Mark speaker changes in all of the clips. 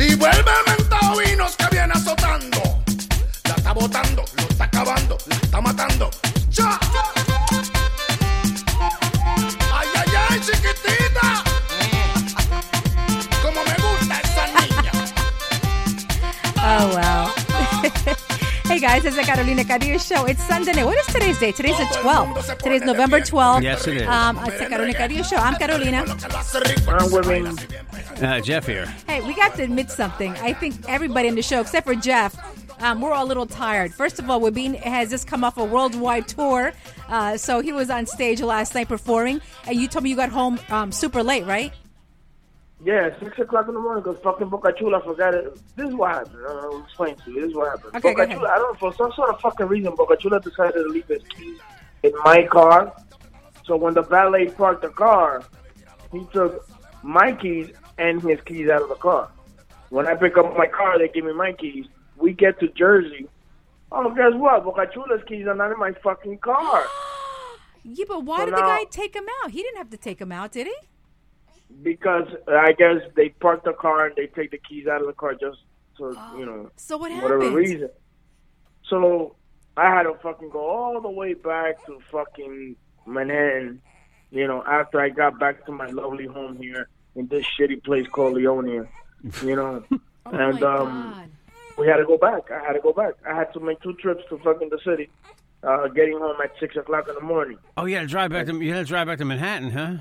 Speaker 1: Y vuelve Mentovinos que viene azotando. La está botando, lo está acabando, la está matando. ¡Ya! ¡Ay, ay, ay, chiquitita! Como me gusta esa niña.
Speaker 2: Oh well. hey guys, it's the Carolina Cadillo show. It's Sunday night. What is today's day? Today's the 12th. Today's November 12th.
Speaker 3: Yes, it is.
Speaker 4: Uh,
Speaker 2: Um, it's the Carolina Cadillo show. I'm Carolina.
Speaker 3: Uh, Jeff here.
Speaker 2: Hey, we got to admit something. I think everybody in the show, except for Jeff, um, we're all a little tired. First of all, Wabin has just come off a worldwide tour, uh, so he was on stage last night performing. And you told me you got home um, super late, right?
Speaker 4: Yeah, six o'clock in the morning because fucking Boca Chula forgot it. This is what happened. I'll explain to you. This is what happened.
Speaker 2: Okay, go
Speaker 4: Boca
Speaker 2: ahead.
Speaker 4: Chula, I don't know, for some sort of fucking reason, Boca Chula decided to leave his keys in my car. So when the valet parked the car, he took my keys and his keys out of the car. When I pick up my car, they give me my keys. We get to Jersey. Oh, guess what? Boca Chula's keys are not in my fucking car.
Speaker 2: Yeah, but why
Speaker 4: Well,
Speaker 2: did the
Speaker 4: now-
Speaker 2: guy take him out? He didn't have to take him out, did he?
Speaker 4: Because uh, I guess they park the car and they take the keys out of the car just to, you know,
Speaker 2: So what
Speaker 4: whatever
Speaker 2: happened?
Speaker 4: reason. So I had to fucking go all the way back to fucking Manhattan, you know, after I got back to my lovely home here in this shitty place called Leonia, you know. and
Speaker 2: Oh my
Speaker 4: um
Speaker 2: God.
Speaker 4: we had to go back. I had to go back. I had to make two trips to fucking the city, uh, getting home at 6 o'clock in the morning.
Speaker 3: Oh, you had to drive back to you had to drive back to Manhattan, huh?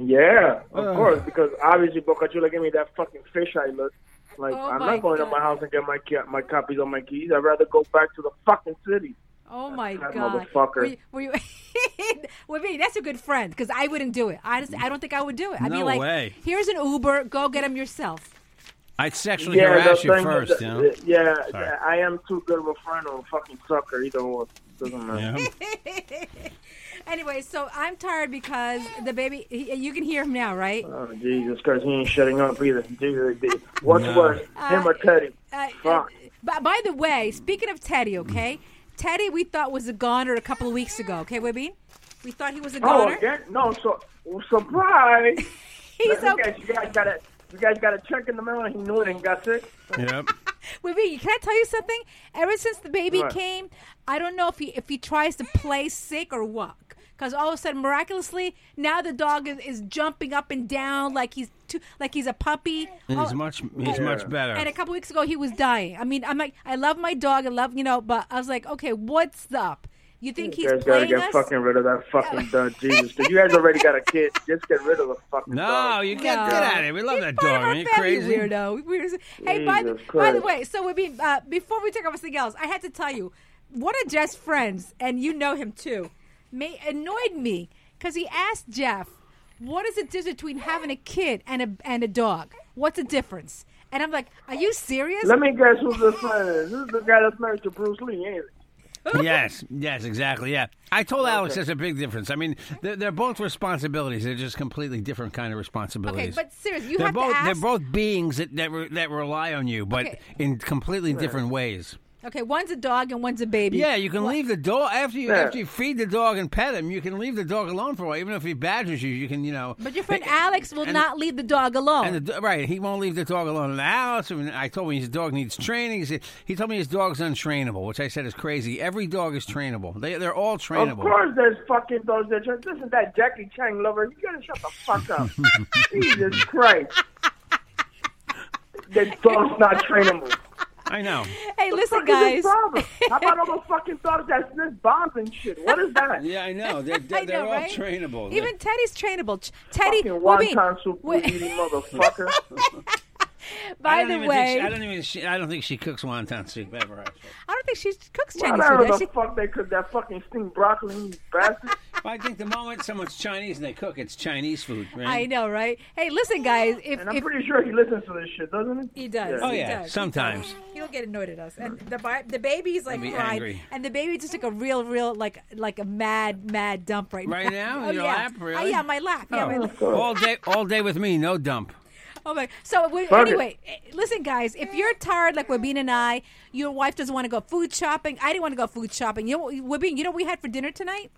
Speaker 4: Yeah, of
Speaker 3: Uh.
Speaker 4: course, because obviously Boca Chula gave me that fucking fisheye look. Like,
Speaker 2: Oh
Speaker 4: I'm
Speaker 2: my
Speaker 4: not going
Speaker 2: God.
Speaker 4: to my house and get my, ca- my copies on my keys. I'd rather go back to the fucking city.
Speaker 2: Oh my
Speaker 4: that
Speaker 2: god,
Speaker 4: motherfucker.
Speaker 2: Were you, were you Well, me, that's a good friend because I wouldn't do it. Honestly, I don't think I would do it. I'd be
Speaker 3: No
Speaker 2: like,
Speaker 3: way.
Speaker 2: "Here's an Uber. Go get him yourself."
Speaker 3: I'd sexually
Speaker 4: the
Speaker 3: harass you
Speaker 4: thing-
Speaker 3: first, you know.
Speaker 4: the- Yeah,
Speaker 3: Sorry.
Speaker 4: yeah, I am too good of a friend or a fucking sucker. Either one doesn't matter.
Speaker 3: Yeah.
Speaker 2: Anyway, so I'm tired because the baby. He, you can hear him now, right?
Speaker 4: Oh Jesus Christ, he ain't shutting up either. Jesus, what's worse, him or Teddy?
Speaker 2: Uh,
Speaker 4: Fuck.
Speaker 2: But by the way, speaking of Teddy, okay, Teddy, we thought was a goner a couple of weeks ago. Okay, Wibby, we thought he was a
Speaker 4: Oh,
Speaker 2: goner.
Speaker 4: again? No, so surprise.
Speaker 2: He's
Speaker 4: you,
Speaker 2: okay.
Speaker 4: guys, you guys got a you guys got a check in the mail, and he knew it and got sick.
Speaker 3: yep.
Speaker 2: Wibby, can I tell you something? Ever since the baby
Speaker 4: What?
Speaker 2: came, I don't know if he if he tries to play sick or what. Because all of a sudden, miraculously, now the dog is, is jumping up and down like he's too, like he's a puppy.
Speaker 3: And
Speaker 2: Oh,
Speaker 3: He's much he's much better.
Speaker 2: and a couple weeks ago, he was dying. I mean, I'm like, I love my dog. I love you know, but I was like, okay, what's up? You think
Speaker 4: you
Speaker 2: he's
Speaker 4: guys gotta
Speaker 2: playing
Speaker 4: get
Speaker 2: us?
Speaker 4: fucking rid of that fucking dog. Jesus, you guys already got a kid. Just get rid of the fucking
Speaker 3: no,
Speaker 4: dog.
Speaker 3: you can't get out of here. We love
Speaker 2: He's
Speaker 3: that
Speaker 2: part
Speaker 3: dog.
Speaker 2: of our
Speaker 3: Are you
Speaker 2: family,
Speaker 3: crazy?
Speaker 2: Weirdo. We- we- Hey, by the,
Speaker 4: Jesus
Speaker 2: by the
Speaker 4: Christ.
Speaker 2: way, so we be, uh, before we talk about something else, I had to tell you, one of Jeff's friends, and you know him too, may, annoyed me because he asked Jeff, "What is the difference between having a kid and a and a dog? What's the difference?" And I'm like, "Are you serious?"
Speaker 4: Let me guess who this man is. This is the guy that's married to Bruce Lee, ain't it?
Speaker 3: yes, yes, exactly. Yeah, I told Alex there's a big difference. I mean, they're, they're both responsibilities. They're just completely different kind of
Speaker 2: okay,
Speaker 3: responsibilities.
Speaker 2: but seriously, you
Speaker 3: they're
Speaker 2: have
Speaker 3: both
Speaker 2: to ask.
Speaker 3: they're both beings that that, re, that rely on you, but
Speaker 2: Okay.
Speaker 3: in completely different ways.
Speaker 2: okay, one's a dog and one's a baby.
Speaker 3: Yeah, you can leave the dog after you
Speaker 4: Yeah.
Speaker 3: after you feed the dog and pet him. You can leave the dog alone for a while, even if he badgers you. You can, you know.
Speaker 2: But your friend Alex will not leave the dog alone.
Speaker 3: And the, do- right, he won't leave the dog alone in the house. I, mean, I told him his dog needs training. He, said, he told me his dog's untrainable, which I said is crazy. Every dog is trainable. They, they're all trainable.
Speaker 4: Of course, there's fucking dogs that just listen. That Jackie Chang lover, you gotta shut the fuck up. Jesus Christ! The dog's not trainable.
Speaker 3: I know.
Speaker 2: Hey, listen,
Speaker 4: What the fuck is
Speaker 2: guys.
Speaker 4: this problem? How about all those fucking dogs that sniff bombs and shit? What is that?
Speaker 3: Yeah, I know. They're, they're,
Speaker 2: I
Speaker 3: they're
Speaker 2: know,
Speaker 3: all
Speaker 2: right?
Speaker 3: trainable. They're-
Speaker 2: Even Teddy's trainable. Ch- Teddy,
Speaker 4: Fucking
Speaker 2: well, I mean,
Speaker 4: wonton soup
Speaker 2: wait,
Speaker 4: eating motherfucker.
Speaker 3: I
Speaker 2: by
Speaker 3: don't
Speaker 2: the
Speaker 3: even think
Speaker 2: way,
Speaker 3: she, I don't even. She, I don't think she cooks wonton soup ever. Actually.
Speaker 2: I don't think she cooks
Speaker 4: I
Speaker 2: Chinese
Speaker 4: don't
Speaker 2: food.
Speaker 4: know
Speaker 2: does
Speaker 4: the
Speaker 2: she?
Speaker 4: fuck they cook that fucking steamed broccoli, you bastard.
Speaker 3: I think the moment someone's Chinese and they cook, it's Chinese food. Right?
Speaker 2: I know, right? Hey, listen, guys. If,
Speaker 4: And I'm
Speaker 2: if
Speaker 4: pretty sure he listens to this shit, doesn't he?
Speaker 2: he does,
Speaker 3: Oh
Speaker 2: he
Speaker 3: yeah,
Speaker 2: does.
Speaker 3: sometimes.
Speaker 2: He don't get annoyed at us. And the bi- the baby's like
Speaker 3: I'll be
Speaker 2: crying,
Speaker 3: angry.
Speaker 2: and the baby just took a real, real like like a mad, mad dump right now.
Speaker 3: Right now?
Speaker 2: oh,
Speaker 3: Your
Speaker 2: yeah.
Speaker 3: lap,
Speaker 2: Oh
Speaker 3: really?
Speaker 2: yeah, my lap. Yeah,
Speaker 4: Oh.
Speaker 2: my lap.
Speaker 3: All day, all day with me, no dump.
Speaker 2: Oh my! So we,
Speaker 4: Fuck it.
Speaker 2: anyway, eh, listen, guys. If you're tired, like Wabine and I, your wife doesn't want to go food shopping. I didn't want to go food shopping. You know, what- Wabine, you know what we had for dinner tonight?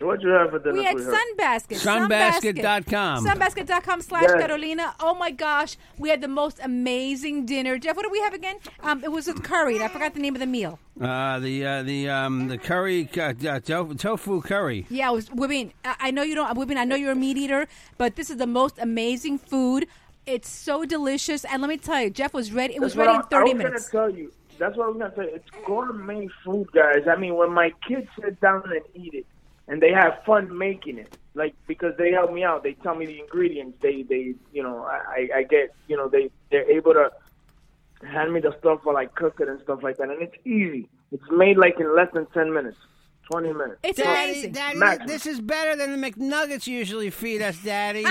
Speaker 4: What'd you have for dinner?
Speaker 2: We had
Speaker 4: sweetheart?
Speaker 2: Sunbasket.
Speaker 3: Sunbasket dot com.
Speaker 2: Sunbasket.com slash
Speaker 4: Yes.
Speaker 2: Carolina. Oh my gosh, we had the most amazing dinner. Jeff, what did we have again? Um, it was with curry. and I forgot the name of the meal.
Speaker 3: Uh, the uh, the um, the curry uh, uh, tofu, tofu curry.
Speaker 2: Yeah, it was Wabine. I I know you don't. Wabine, I know you're a meat eater, but this is the most amazing food. It's so delicious, and let me tell you, Jeff was ready. It was
Speaker 4: That's
Speaker 2: ready in
Speaker 4: what I-
Speaker 2: thirty
Speaker 4: I was
Speaker 2: minutes.
Speaker 4: gonna tell you. That's what I was gonna tell you. It's gourmet food, guys. I mean, when my kids sit down and eat it, and they have fun making it, like because they help me out. They tell me the ingredients. They, they, you know, I, I I get, you know, they they're able to hand me the stuff while I cook it and stuff like that. And it's easy. It's made like in less than ten minutes, twenty minutes.
Speaker 2: It's
Speaker 3: Daddy,
Speaker 2: amazing.
Speaker 3: Daddy,
Speaker 4: Maximum.
Speaker 3: this is better than the McNuggets usually feed us, Daddy.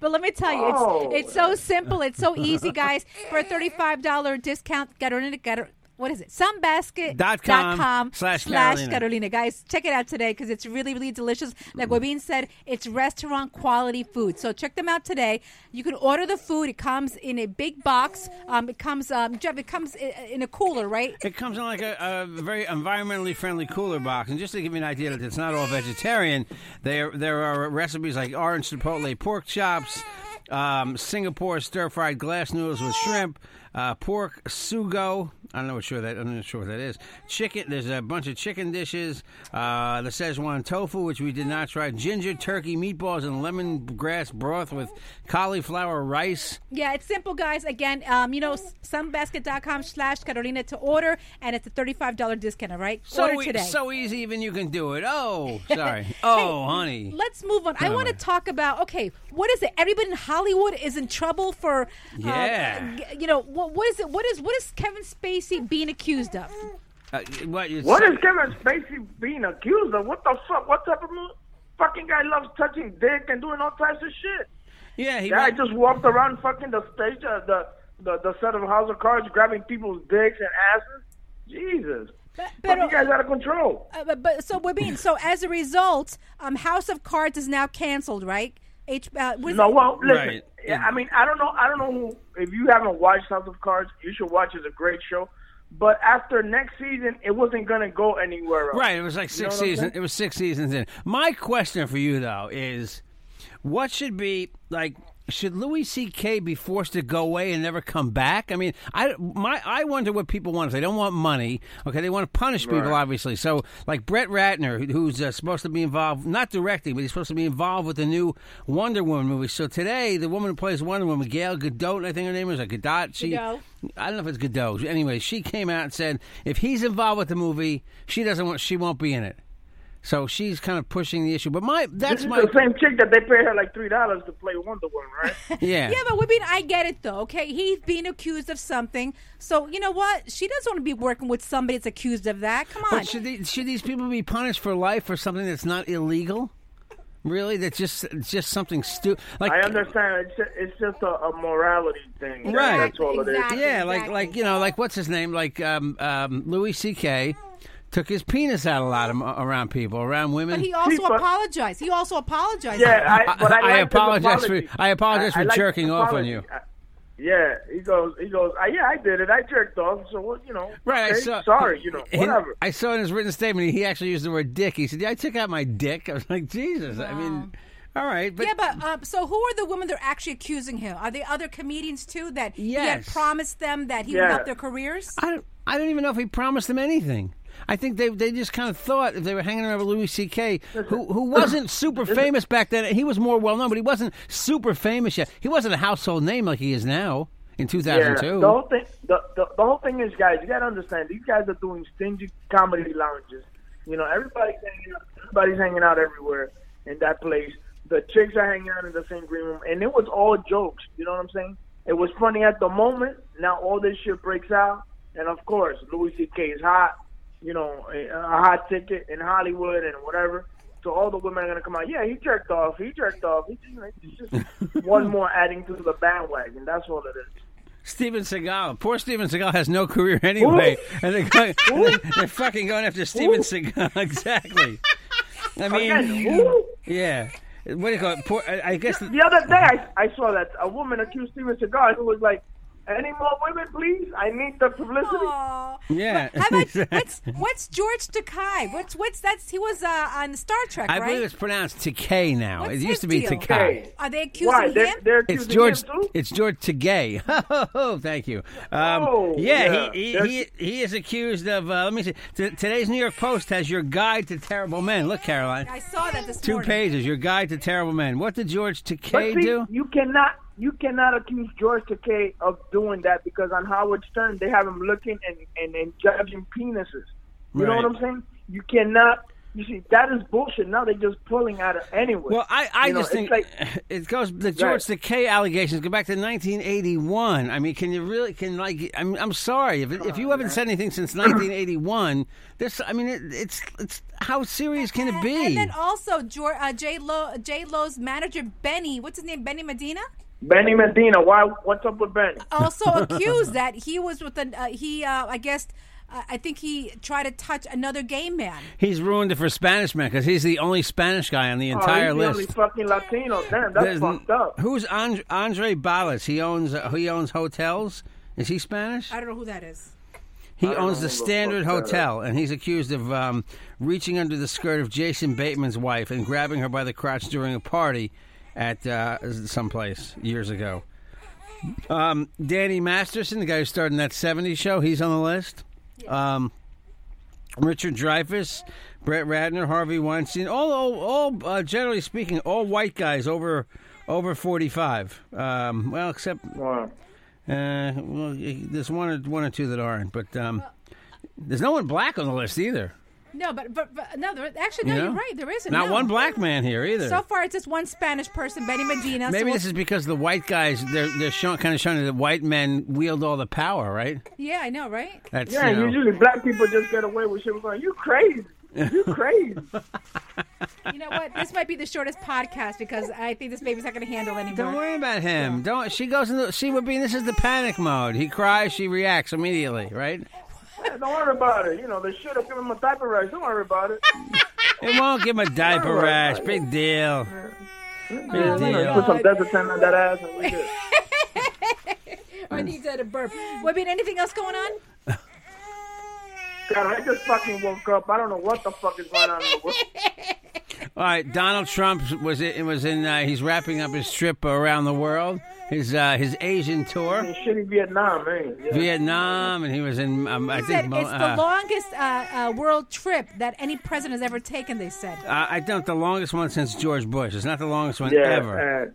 Speaker 2: But let me tell you, it's
Speaker 4: Oh.
Speaker 2: it's so simple. It's so easy, guys. For a thirty-five dollar discount, Carolina, Carolina, what is it? Sunbasket
Speaker 3: Dot com slash Carolina.
Speaker 2: Carolina. Guys, check it out today because it's really, really delicious. Like Wabine said, it's restaurant quality food. So check them out today. You can order the food. It comes in a big box. Um, it comes, um, Jeff, it comes in, in a cooler, right?
Speaker 3: It comes in like a, a very environmentally friendly cooler box, and just to give you an idea that it's not all vegetarian, there there are recipes like orange chipotle pork chops, um, Singapore stir fried glass noodles with shrimp, uh, pork sugo. I don't know what sure that I'm not sure what that is. Chicken. There's a bunch of chicken dishes. Uh, the Szechuan tofu, which we did not try. Ginger turkey meatballs and lemongrass broth with cauliflower rice.
Speaker 2: Yeah, it's simple, guys. Again, um, you know, sunbasket.com slash Carolina to order, and it's a $35 discount, all right? order
Speaker 3: e-
Speaker 2: today.
Speaker 3: so easy, even you can do it. Oh, sorry. Oh, honey.
Speaker 2: Let's move on. I
Speaker 3: No,
Speaker 2: want to
Speaker 3: no.
Speaker 2: talk about okay, what is it? Everybody in Hollywood is in trouble for, uh,
Speaker 3: Yeah.
Speaker 2: g- you know, what, what is it? What is what is Kevin Spacey being accused of?
Speaker 4: Mm-hmm.
Speaker 3: Uh, what, you
Speaker 4: What
Speaker 3: said-
Speaker 4: is Kevin Spacey being accused of? What the fuck? What type of fucking guy loves touching dick and doing all types of shit?
Speaker 3: Yeah, he
Speaker 4: Yeah, I
Speaker 3: might-
Speaker 4: just walked around fucking the stage, uh, the, the the set of House of Cards, grabbing people's dicks and asses. Jesus,
Speaker 2: But, but,
Speaker 4: fucking guys out of control.
Speaker 2: uh, but, but so we're being so as a result, um, House of Cards is now canceled, right? H, uh, what is
Speaker 4: No,
Speaker 2: it?
Speaker 4: well, listen.
Speaker 3: Right.
Speaker 4: Yeah, I mean, I don't know. I don't know who. If you haven't watched House of Cards, you should watch. It's a great show. But after next season, it wasn't gonna go anywhere else.
Speaker 3: right. It was like
Speaker 4: You
Speaker 3: six
Speaker 4: know what I'm
Speaker 3: seasons.
Speaker 4: saying?
Speaker 3: It was six seasons in. My question for you though is, what should be like? Should Louis C.K. be forced to go away and never come back? I mean, I my I wonder what people want. If they don't want money, okay, they want to punish people, obviously. So, like Brett Ratner, who- who's uh, supposed to be involved, not directing, but he's supposed to be involved with the new Wonder Woman movie. So today, the woman who plays Wonder Woman, Gail Godot, I think her name is, or Godot. She,
Speaker 2: Godot.
Speaker 3: I don't know if it's Godot. Anyway, she came out and said if he's involved with the movie, she doesn't want she won't be in it. So she's kind of pushing the issue. But my
Speaker 4: This
Speaker 3: that's
Speaker 4: is
Speaker 3: my
Speaker 4: the same chick that they paid her like three dollars to play Wonder Woman, right?
Speaker 3: yeah.
Speaker 2: Yeah, but we mean I get it though. Okay, he's being accused of something, so you know what? She doesn't want to be working with somebody that's accused of that. Come on,
Speaker 3: But should these, should these people be punished for life for something that's not illegal? Really, that's just it's just something stupid. Like
Speaker 4: I understand. It's just, it's just a, a morality thing. That-
Speaker 3: Right.
Speaker 4: That's all it is.
Speaker 2: Exactly.
Speaker 3: Yeah, like like you know, like what's his name? Like um, um, Louis C.K. took his penis out a lot of, around people, around women.
Speaker 2: but he also
Speaker 4: People-
Speaker 2: apologized. He also apologized.
Speaker 4: Yeah, I, but I,
Speaker 3: I- I
Speaker 4: liked his
Speaker 3: apologize for-
Speaker 4: apology.
Speaker 3: I apologize for
Speaker 4: liked his
Speaker 3: jerking off on you.
Speaker 4: apology. I- yeah, he goes. He goes. I, yeah, I did it. I jerked off. So what? You know.
Speaker 3: Right, I
Speaker 4: okay,
Speaker 3: saw.
Speaker 4: Sorry. You know.
Speaker 3: in-
Speaker 4: Whatever.
Speaker 3: I saw in his written statement, he actually used the word "dick." He said, "Yeah, I took out my dick." I was like, "Jesus!" I mean, all right, but
Speaker 2: yeah, but um, so who are the women that are actually accusing him? Are they other comedians too that he had
Speaker 3: Yes.
Speaker 2: promised them that he would
Speaker 4: Yeah.
Speaker 2: help their careers?
Speaker 3: I don't. I don't even know if he promised them anything. I think they they just kind of thought if they were hanging around with Louis C.K., who who wasn't super famous back then. He was more well known, but he wasn't super famous yet. He wasn't a household name like he is now. in
Speaker 4: Yeah,
Speaker 3: 2002.
Speaker 4: the whole thing, the, the, the whole thing is, guys, you gotta understand. These guys are doing stingy comedy lounges. You know, everybody's hanging out, everybody's hanging out everywhere in that place. The chicks are hanging out in the same green room, and it was all jokes. You know what I'm saying? It was funny at the moment. Now all this shit breaks out, and of course, Louis C.K. is hot. You know, a, a hot ticket in Hollywood and whatever. So all the women are gonna come out. Yeah, he jerked off. He jerked off. He, you know, it's just one more adding to the bandwagon. That's all it is.
Speaker 3: Steven Seagal. Poor Steven Seagal has no career anyway. And they're, going, they're, they're fucking going after Steven Seagal. exactly. I mean,
Speaker 4: Again, who?
Speaker 3: yeah. What do you call it? Poor, I, I guess.
Speaker 4: The other day, I, I saw that a woman accused Steven Seagal who was like, "Any more women, please? I need the publicity."
Speaker 2: Aw.
Speaker 3: Yeah.
Speaker 2: How about what's what's George Takei? What's what's that's he was uh, on Star Trek,
Speaker 3: I
Speaker 2: right?
Speaker 3: believe it's pronounced Takei now.
Speaker 2: What's
Speaker 3: it
Speaker 2: his
Speaker 3: used to be
Speaker 2: deal?
Speaker 3: Takei.
Speaker 2: Are they accusing
Speaker 4: Why?
Speaker 2: him?
Speaker 4: They're, they're
Speaker 3: It's
Speaker 4: accusing
Speaker 3: George.
Speaker 4: him too?
Speaker 3: It's George Tagay. Thank you. Um,
Speaker 4: Oh,
Speaker 3: yeah,
Speaker 4: yeah.
Speaker 3: He, he,
Speaker 4: There's-
Speaker 3: he he is accused of. Uh, let me see. T- today's New York Post has your guide to terrible men. Look, Caroline,
Speaker 2: I saw that this
Speaker 3: two
Speaker 2: morning.
Speaker 3: pages. Your guide to terrible men. What did George
Speaker 4: But
Speaker 3: Takei
Speaker 4: see,
Speaker 3: do?
Speaker 4: you cannot you cannot accuse George Takei of doing that because on Howard Stern they have him looking and and, and judging penises. You know
Speaker 3: Right.
Speaker 4: what I'm saying? You cannot. You see, that is bullshit. Now they're just pulling out of anywhere.
Speaker 3: Well, I, I
Speaker 4: You know,
Speaker 3: just
Speaker 4: it's
Speaker 3: think
Speaker 4: like-
Speaker 3: it goes the George Takei allegations go back to 1981. I mean, can you really can like? I mean, I'm sorry if if you haven't said anything since 1981. This, I mean, it, it's it's how serious can it
Speaker 2: And-
Speaker 3: be?
Speaker 2: And then also George, uh, J Lo J Lo's manager Benny, what's his name? Benny Medina
Speaker 4: Benny Medina. Why? What's up with Benny?
Speaker 2: also accused that he was with an uh, he uh, I guess uh, I think he tried to touch another gay man.
Speaker 3: He's ruined it for Spanish men because he's the only Spanish guy on the entire
Speaker 4: oh, he's
Speaker 3: list.
Speaker 4: The only fucking Latino. Damn, that's
Speaker 3: There's n-
Speaker 4: fucked up.
Speaker 3: Who's Andre, Andre Ballas? He owns uh, he owns hotels. Is he Spanish?
Speaker 2: I don't know who that is.
Speaker 3: He owns the
Speaker 4: who the fuck
Speaker 3: Standard
Speaker 4: that
Speaker 3: Hotel, and he's accused of um, reaching under the skirt of Jason Bateman's wife and grabbing her by the crotch during a party at uh, someplace years ago. Um, Danny Masterson, the guy who starred in that '70s show, he's on the list. Um, Richard Dreyfuss, Brett Ratner, Harvey Weinstein, all all, all uh, generally speaking, all white guys over over 45. Um, well, except
Speaker 4: Wow.
Speaker 3: uh, well, there's one or one or two that aren't, but um, there's no one black on the list either.
Speaker 2: No, but but, but no, there, actually no,
Speaker 3: you know?
Speaker 2: you're right. There isn't
Speaker 3: not
Speaker 2: no.
Speaker 3: one black man here either.
Speaker 2: So far, it's just one Spanish person, Benny Medina. so
Speaker 3: Maybe
Speaker 2: we'll-
Speaker 3: this is because the white guys they're they're showing, kind of showing that white men wield all the power, right?
Speaker 2: yeah, I know, right?
Speaker 3: That's
Speaker 4: Yeah,
Speaker 3: you know-
Speaker 4: usually black people just get away with shit. We're going, you crazy. You crazy.
Speaker 2: You know what? This might be the shortest podcast because I think this baby's not going to handle anymore.
Speaker 3: Don't worry about him. Don't. She goes into. She would be. This is the panic mode. He cries. She reacts immediately. Right.
Speaker 4: Yeah, don't worry about it. You know, they should have given him a diaper rash. Don't worry about it.
Speaker 3: It won't give him a diaper
Speaker 4: worry
Speaker 3: rash.
Speaker 4: about
Speaker 3: Big deal. Big
Speaker 2: my
Speaker 3: deal.
Speaker 2: God.
Speaker 4: Put some Desertan on that ass and we good.
Speaker 2: I need that a burp. Well, I mean, anything else going on?
Speaker 4: God, I just fucking woke up. I don't know what the fuck is going on in the world.
Speaker 3: All right, Donald Trump was in, was in. Uh, he's wrapping up his trip around the world, his uh, his Asian tour,
Speaker 4: In shitty Vietnam, man. Yeah.
Speaker 3: Vietnam, and he was in. Um, I
Speaker 2: He said
Speaker 3: think. Mo-
Speaker 2: it's the
Speaker 3: uh,
Speaker 2: longest uh, uh, world trip that any president has ever taken. They said.
Speaker 3: uh, I think the longest one since George Bush. It's not the longest one
Speaker 4: Yeah, uh,
Speaker 3: ever.
Speaker 4: and,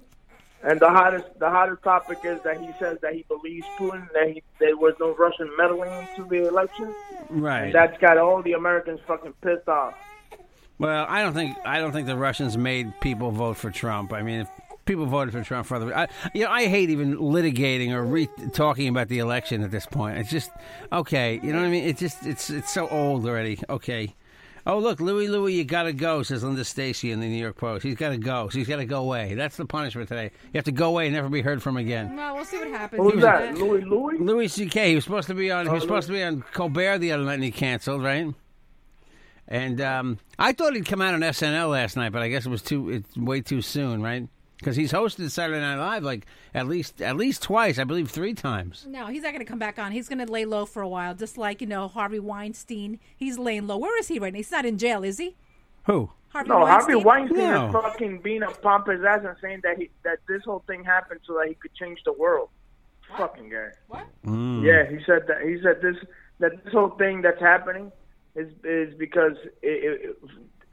Speaker 4: and the hottest the hottest topic is that he says that he believes Putin, that he, there was no Russian meddling into the election.
Speaker 3: Right.
Speaker 4: That's got all the Americans fucking pissed off.
Speaker 3: well, I don't think I don't think the Russians made people vote for Trump. I mean, if people voted for Trump for other. I, you know, I hate even litigating or re- talking about the election at this point. It's just okay. You know what I mean? It's just it's it's so old already. Okay. Oh, look, Louis, Louis, you got to go, says Linda Stacy in the New York Post. He's got to go. So he's got to go away. That's the punishment today. You have to go away and never be heard from again.
Speaker 2: Well, we'll see what happens.
Speaker 4: Who's that? Louis Louis?
Speaker 3: Louis C.K., he was supposed to be on, he was supposed to be on Colbert the other night and he canceled, right? And um, I thought he'd come out on SNL last night, but I guess it was too, it's way too soon, right? Because he's hosted Saturday Night Live like at least, at least twice, I believe three times.
Speaker 2: No, he's not going to come back on. He's going to lay low for a while, just like you know Harvey Weinstein. He's laying low. Where is he right now? He's not in jail, is he?
Speaker 3: Who?
Speaker 2: Harvey
Speaker 4: No, Harvey Weinstein
Speaker 3: No.
Speaker 4: is fucking being a pompous ass and saying that he that this whole thing happened so that he could change the world. Fucking guy. What? Yeah, he said that. He said this that this whole thing that's happening is is because it, it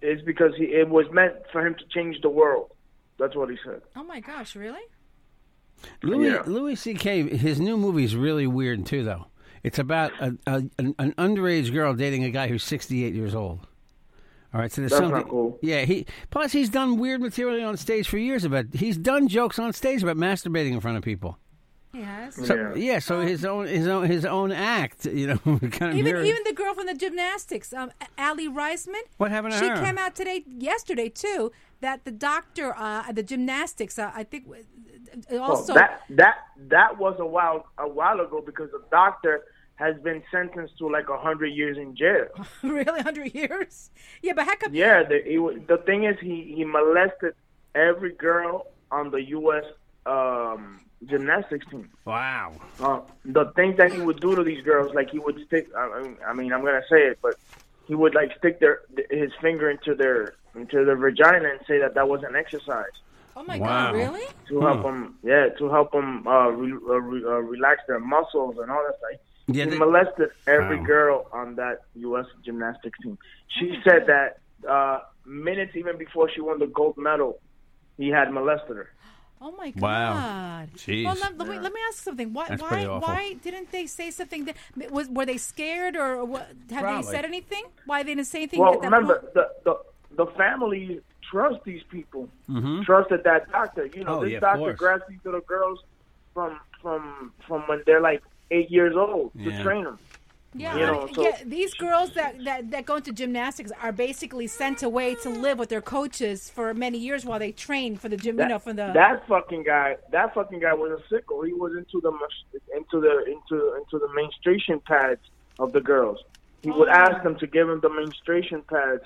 Speaker 4: is because he it was meant for him to change the world. That's what he said.
Speaker 2: Oh my gosh, really?
Speaker 3: Louis
Speaker 4: Yeah.
Speaker 3: Louis C.K. His new movie is really weird too, though. It's about a, a, an, an underage girl dating a guy who's 68 years old. All right, so there's
Speaker 4: That's
Speaker 3: something.
Speaker 4: not cool.
Speaker 3: Yeah, he plus he's done weird material on stage for years about. He's done jokes on stage about masturbating in front of people.
Speaker 2: Yes.
Speaker 3: So, yeah.
Speaker 4: Yeah.
Speaker 3: so his own his own his own act, you know, kind of
Speaker 2: Even
Speaker 3: mirrored-
Speaker 2: even the girl from the gymnastics, um, Ali Reisman.
Speaker 3: What happened to
Speaker 2: she
Speaker 3: her?
Speaker 2: came out today, yesterday too, that the doctor uh, at the gymnastics, uh, I think, w- uh,
Speaker 4: Well,
Speaker 2: also.
Speaker 4: that that that was a while a while ago because the doctor has been sentenced to like a hundred years in jail.
Speaker 2: really, hundred years? Yeah, but how come?
Speaker 4: Yeah, the he, wa- the thing is he he molested every girl on the U.S. Um, gymnastics team.
Speaker 3: wow.
Speaker 4: Uh, the things that he would do to these girls, like he would stick. I mean, I mean, I'm gonna say it, but he would like stick their th- his finger into their into their vagina and say that that was an exercise
Speaker 2: Oh my
Speaker 3: Wow.
Speaker 2: God! Really?
Speaker 4: to
Speaker 3: Hmm.
Speaker 4: help them. Yeah, to help them uh, re- uh, re- uh, relax their muscles and all that stuff.
Speaker 3: Yeah,
Speaker 4: he
Speaker 3: they-
Speaker 4: molested every
Speaker 3: Wow.
Speaker 4: girl on that U.S. gymnastics team. She said that uh, minutes even before she won the gold medal, he had molested her.
Speaker 2: Oh my God!
Speaker 3: Wow. Jeez.
Speaker 2: Well, let, let me, let me ask something. Why?
Speaker 3: That's
Speaker 2: why?
Speaker 3: pretty awful.
Speaker 2: Why didn't they say something? That, was were they scared or what, have
Speaker 3: Probably.
Speaker 2: they said anything? Why they didn't say anything?
Speaker 4: Well,
Speaker 2: at that
Speaker 4: remember
Speaker 2: point?
Speaker 4: the, the the family trust these people, trusted that doctor. You know,
Speaker 3: Mm-hmm. Oh,
Speaker 4: this
Speaker 3: yeah, of
Speaker 4: doctor
Speaker 3: course.
Speaker 4: grabs these little girls from from from when they're like eight years old
Speaker 3: Yeah.
Speaker 4: to train them.
Speaker 2: Yeah,
Speaker 4: you
Speaker 2: I-
Speaker 4: know, so-
Speaker 2: yeah, these girls that, that, that go into gymnastics are basically sent away to live with their coaches for many years while they train for the gym. you know, for the
Speaker 4: that fucking guy, that fucking guy was a sicko. He was into the mus- into the into into the menstruation pads of the girls. He would
Speaker 2: Oh.
Speaker 4: ask them to give him the menstruation pads,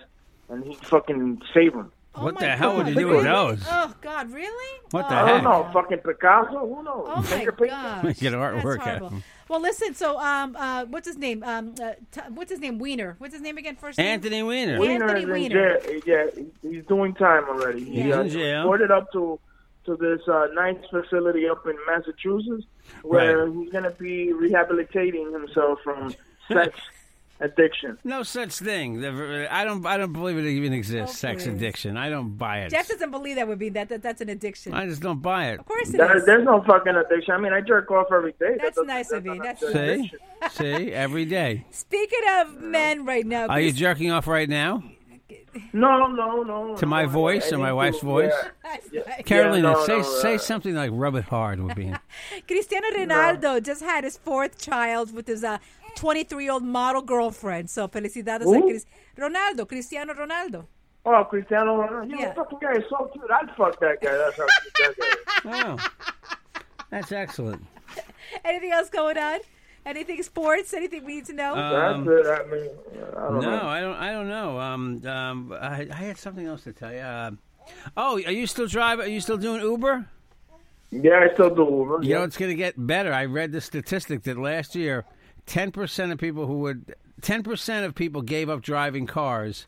Speaker 4: and he'd fucking save them.
Speaker 2: Oh
Speaker 3: What
Speaker 2: my
Speaker 3: the hell would
Speaker 2: God,
Speaker 3: you do with
Speaker 2: really?
Speaker 3: those?
Speaker 2: Oh God, really?
Speaker 3: What the
Speaker 2: Oh,
Speaker 4: I don't
Speaker 3: heck?
Speaker 4: know, fucking Picasso. Who knows?
Speaker 2: Oh my
Speaker 4: Take a picture.
Speaker 2: God!
Speaker 3: Get artwork
Speaker 2: That's
Speaker 3: out of
Speaker 2: horrible.
Speaker 3: them.
Speaker 2: Well, listen. So, um, uh, what's his name? Um, uh, t- what's his name? Wiener. What's his name again? First name?
Speaker 3: Anthony Weiner.
Speaker 2: Wiener.
Speaker 4: Wiener is
Speaker 2: Anthony
Speaker 4: in
Speaker 2: Weiner.
Speaker 4: jail. Yeah, he- he's doing time already. He,
Speaker 3: He's
Speaker 4: uh,
Speaker 3: in jail.
Speaker 4: Ordered up to to this uh, nice facility up in Massachusetts, where
Speaker 3: Right.
Speaker 4: he's gonna be rehabilitating himself from sex addiction.
Speaker 3: No such thing. The- I don't. I don't believe it even exists.
Speaker 2: Oh,
Speaker 3: sex
Speaker 2: please.
Speaker 3: addiction. I don't buy it.
Speaker 2: Jeff doesn't believe that would be that. that that's an addiction.
Speaker 3: I just don't buy it.
Speaker 2: of course, it is.
Speaker 4: There, there's no fucking addiction. I mean, I jerk off every day. That
Speaker 2: That's
Speaker 4: doesn't-
Speaker 2: nice of you.
Speaker 4: not
Speaker 2: That's
Speaker 4: an
Speaker 2: nice.
Speaker 3: See,
Speaker 4: addiction.
Speaker 3: see, every day.
Speaker 2: Speaking of men, right now,
Speaker 3: Are you
Speaker 2: please-
Speaker 3: jerking off right now?
Speaker 4: No, no, no.
Speaker 3: To my
Speaker 4: no, I-
Speaker 3: voice
Speaker 4: I
Speaker 3: or my
Speaker 4: need
Speaker 3: wife's
Speaker 4: to-
Speaker 3: voice?
Speaker 4: yeah.
Speaker 3: Carolina,
Speaker 4: Yeah, no,
Speaker 3: say
Speaker 4: no,
Speaker 3: say
Speaker 4: uh,
Speaker 3: something like "rub it hard" would be.
Speaker 2: Cristiano Ronaldo just had his fourth child with his uh, 23-year-old model girlfriend. So felicidades a
Speaker 4: Who?
Speaker 2: Cris- Ronaldo, Cristiano Ronaldo.
Speaker 4: Oh, Cristiano Ronaldo. You
Speaker 2: Yeah.
Speaker 4: know, fucking guy is so cute. I'd fuck that guy. That's how cute that guy is.
Speaker 3: oh, that's excellent.
Speaker 2: Anything else going on? Anything sports? Anything we need to know?
Speaker 3: Uh.
Speaker 4: That's it. I mean, I don't know.
Speaker 3: Um, No, I don't. I don't know. Um, um, I, I had something else to tell you. Uh, oh, are you still driving? Are you still doing Uber?
Speaker 4: Yeah, I still do Uber.
Speaker 3: You know, it's going to get better. I read the statistic that last year, ten percent of people who would, ten percent of people gave up driving cars.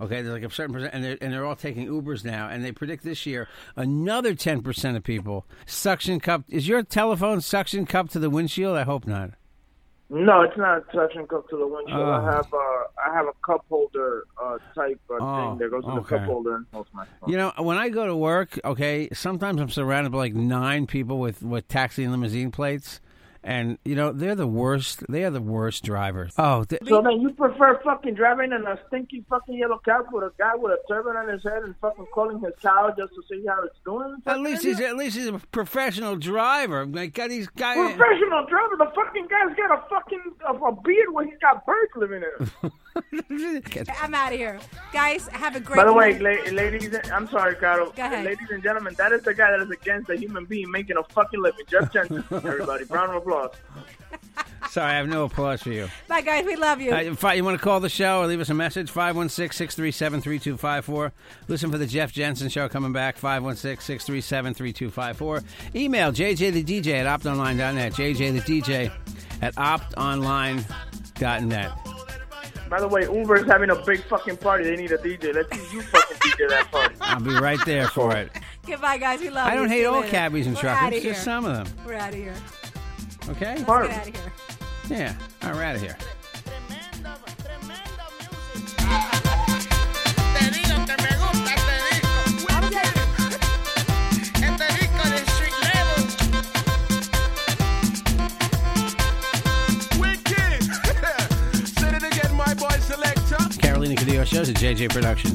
Speaker 3: Okay, there's like a certain percent, and they're, and they're all taking Ubers now. And they predict this year another ten percent of people suction cup. Is your telephone suction cup to the windshield? I hope not.
Speaker 4: No, it's not a suction cup to the windshield.
Speaker 3: Oh.
Speaker 4: I have uh, I have a cup holder uh, type uh,
Speaker 3: Oh,
Speaker 4: thing that goes in the
Speaker 3: okay.
Speaker 4: cup holder and holds my phone.
Speaker 3: You know, when I go to work, okay, sometimes I'm surrounded by like nine people with with taxi and limousine plates, and you know they're the worst. They are the worst drivers. Oh, th-
Speaker 4: So then you prefer fucking driving in a stinky fucking yellow cab with a guy with a turban on his head and fucking calling his cow just to see how it's doing?
Speaker 3: at least he's at least he's a professional driver. Like God, these guys.
Speaker 4: professional driver. The fucking guy's got a fucking a, a beard where he's got birds living in it.
Speaker 2: I'm out of here. Guys, have a great
Speaker 4: By the way,
Speaker 2: night.
Speaker 4: la- ladies, and, I'm sorry, Carol.
Speaker 2: Go ahead.
Speaker 4: Ladies and gentlemen, that is the guy that is against a human being making a fucking living. Jeff Jensen, everybody, round of applause.
Speaker 3: Sorry, I have no applause for you.
Speaker 2: Bye, guys. We love you.
Speaker 3: Uh, if I- you want to call the show or leave us a message? 516 637 3254. Listen for the Jeff Jensen show coming back. 516 637 3254. Email JJ the DJ at optonline.net. JJ the DJ at optonline.net.
Speaker 4: By the way, Uber is having a big fucking party. They need a DJ. Let's see you fucking DJ that party.
Speaker 3: I'll be right there for it.
Speaker 2: Goodbye, guys. We love you.
Speaker 3: I don't
Speaker 2: See
Speaker 3: hate
Speaker 2: you
Speaker 3: all
Speaker 2: later.
Speaker 3: cabbies and
Speaker 2: We're outta
Speaker 3: truckers,
Speaker 2: here.
Speaker 3: just some of them.
Speaker 2: We're out of here.
Speaker 3: Okay?
Speaker 2: Let's
Speaker 4: Party.
Speaker 2: get out of here.
Speaker 3: Yeah. All right, out of here.
Speaker 5: Tremenda, tremenda music. Te digo que me gusta este disco. Este disco de Street Level.
Speaker 3: Studios, a JJ production.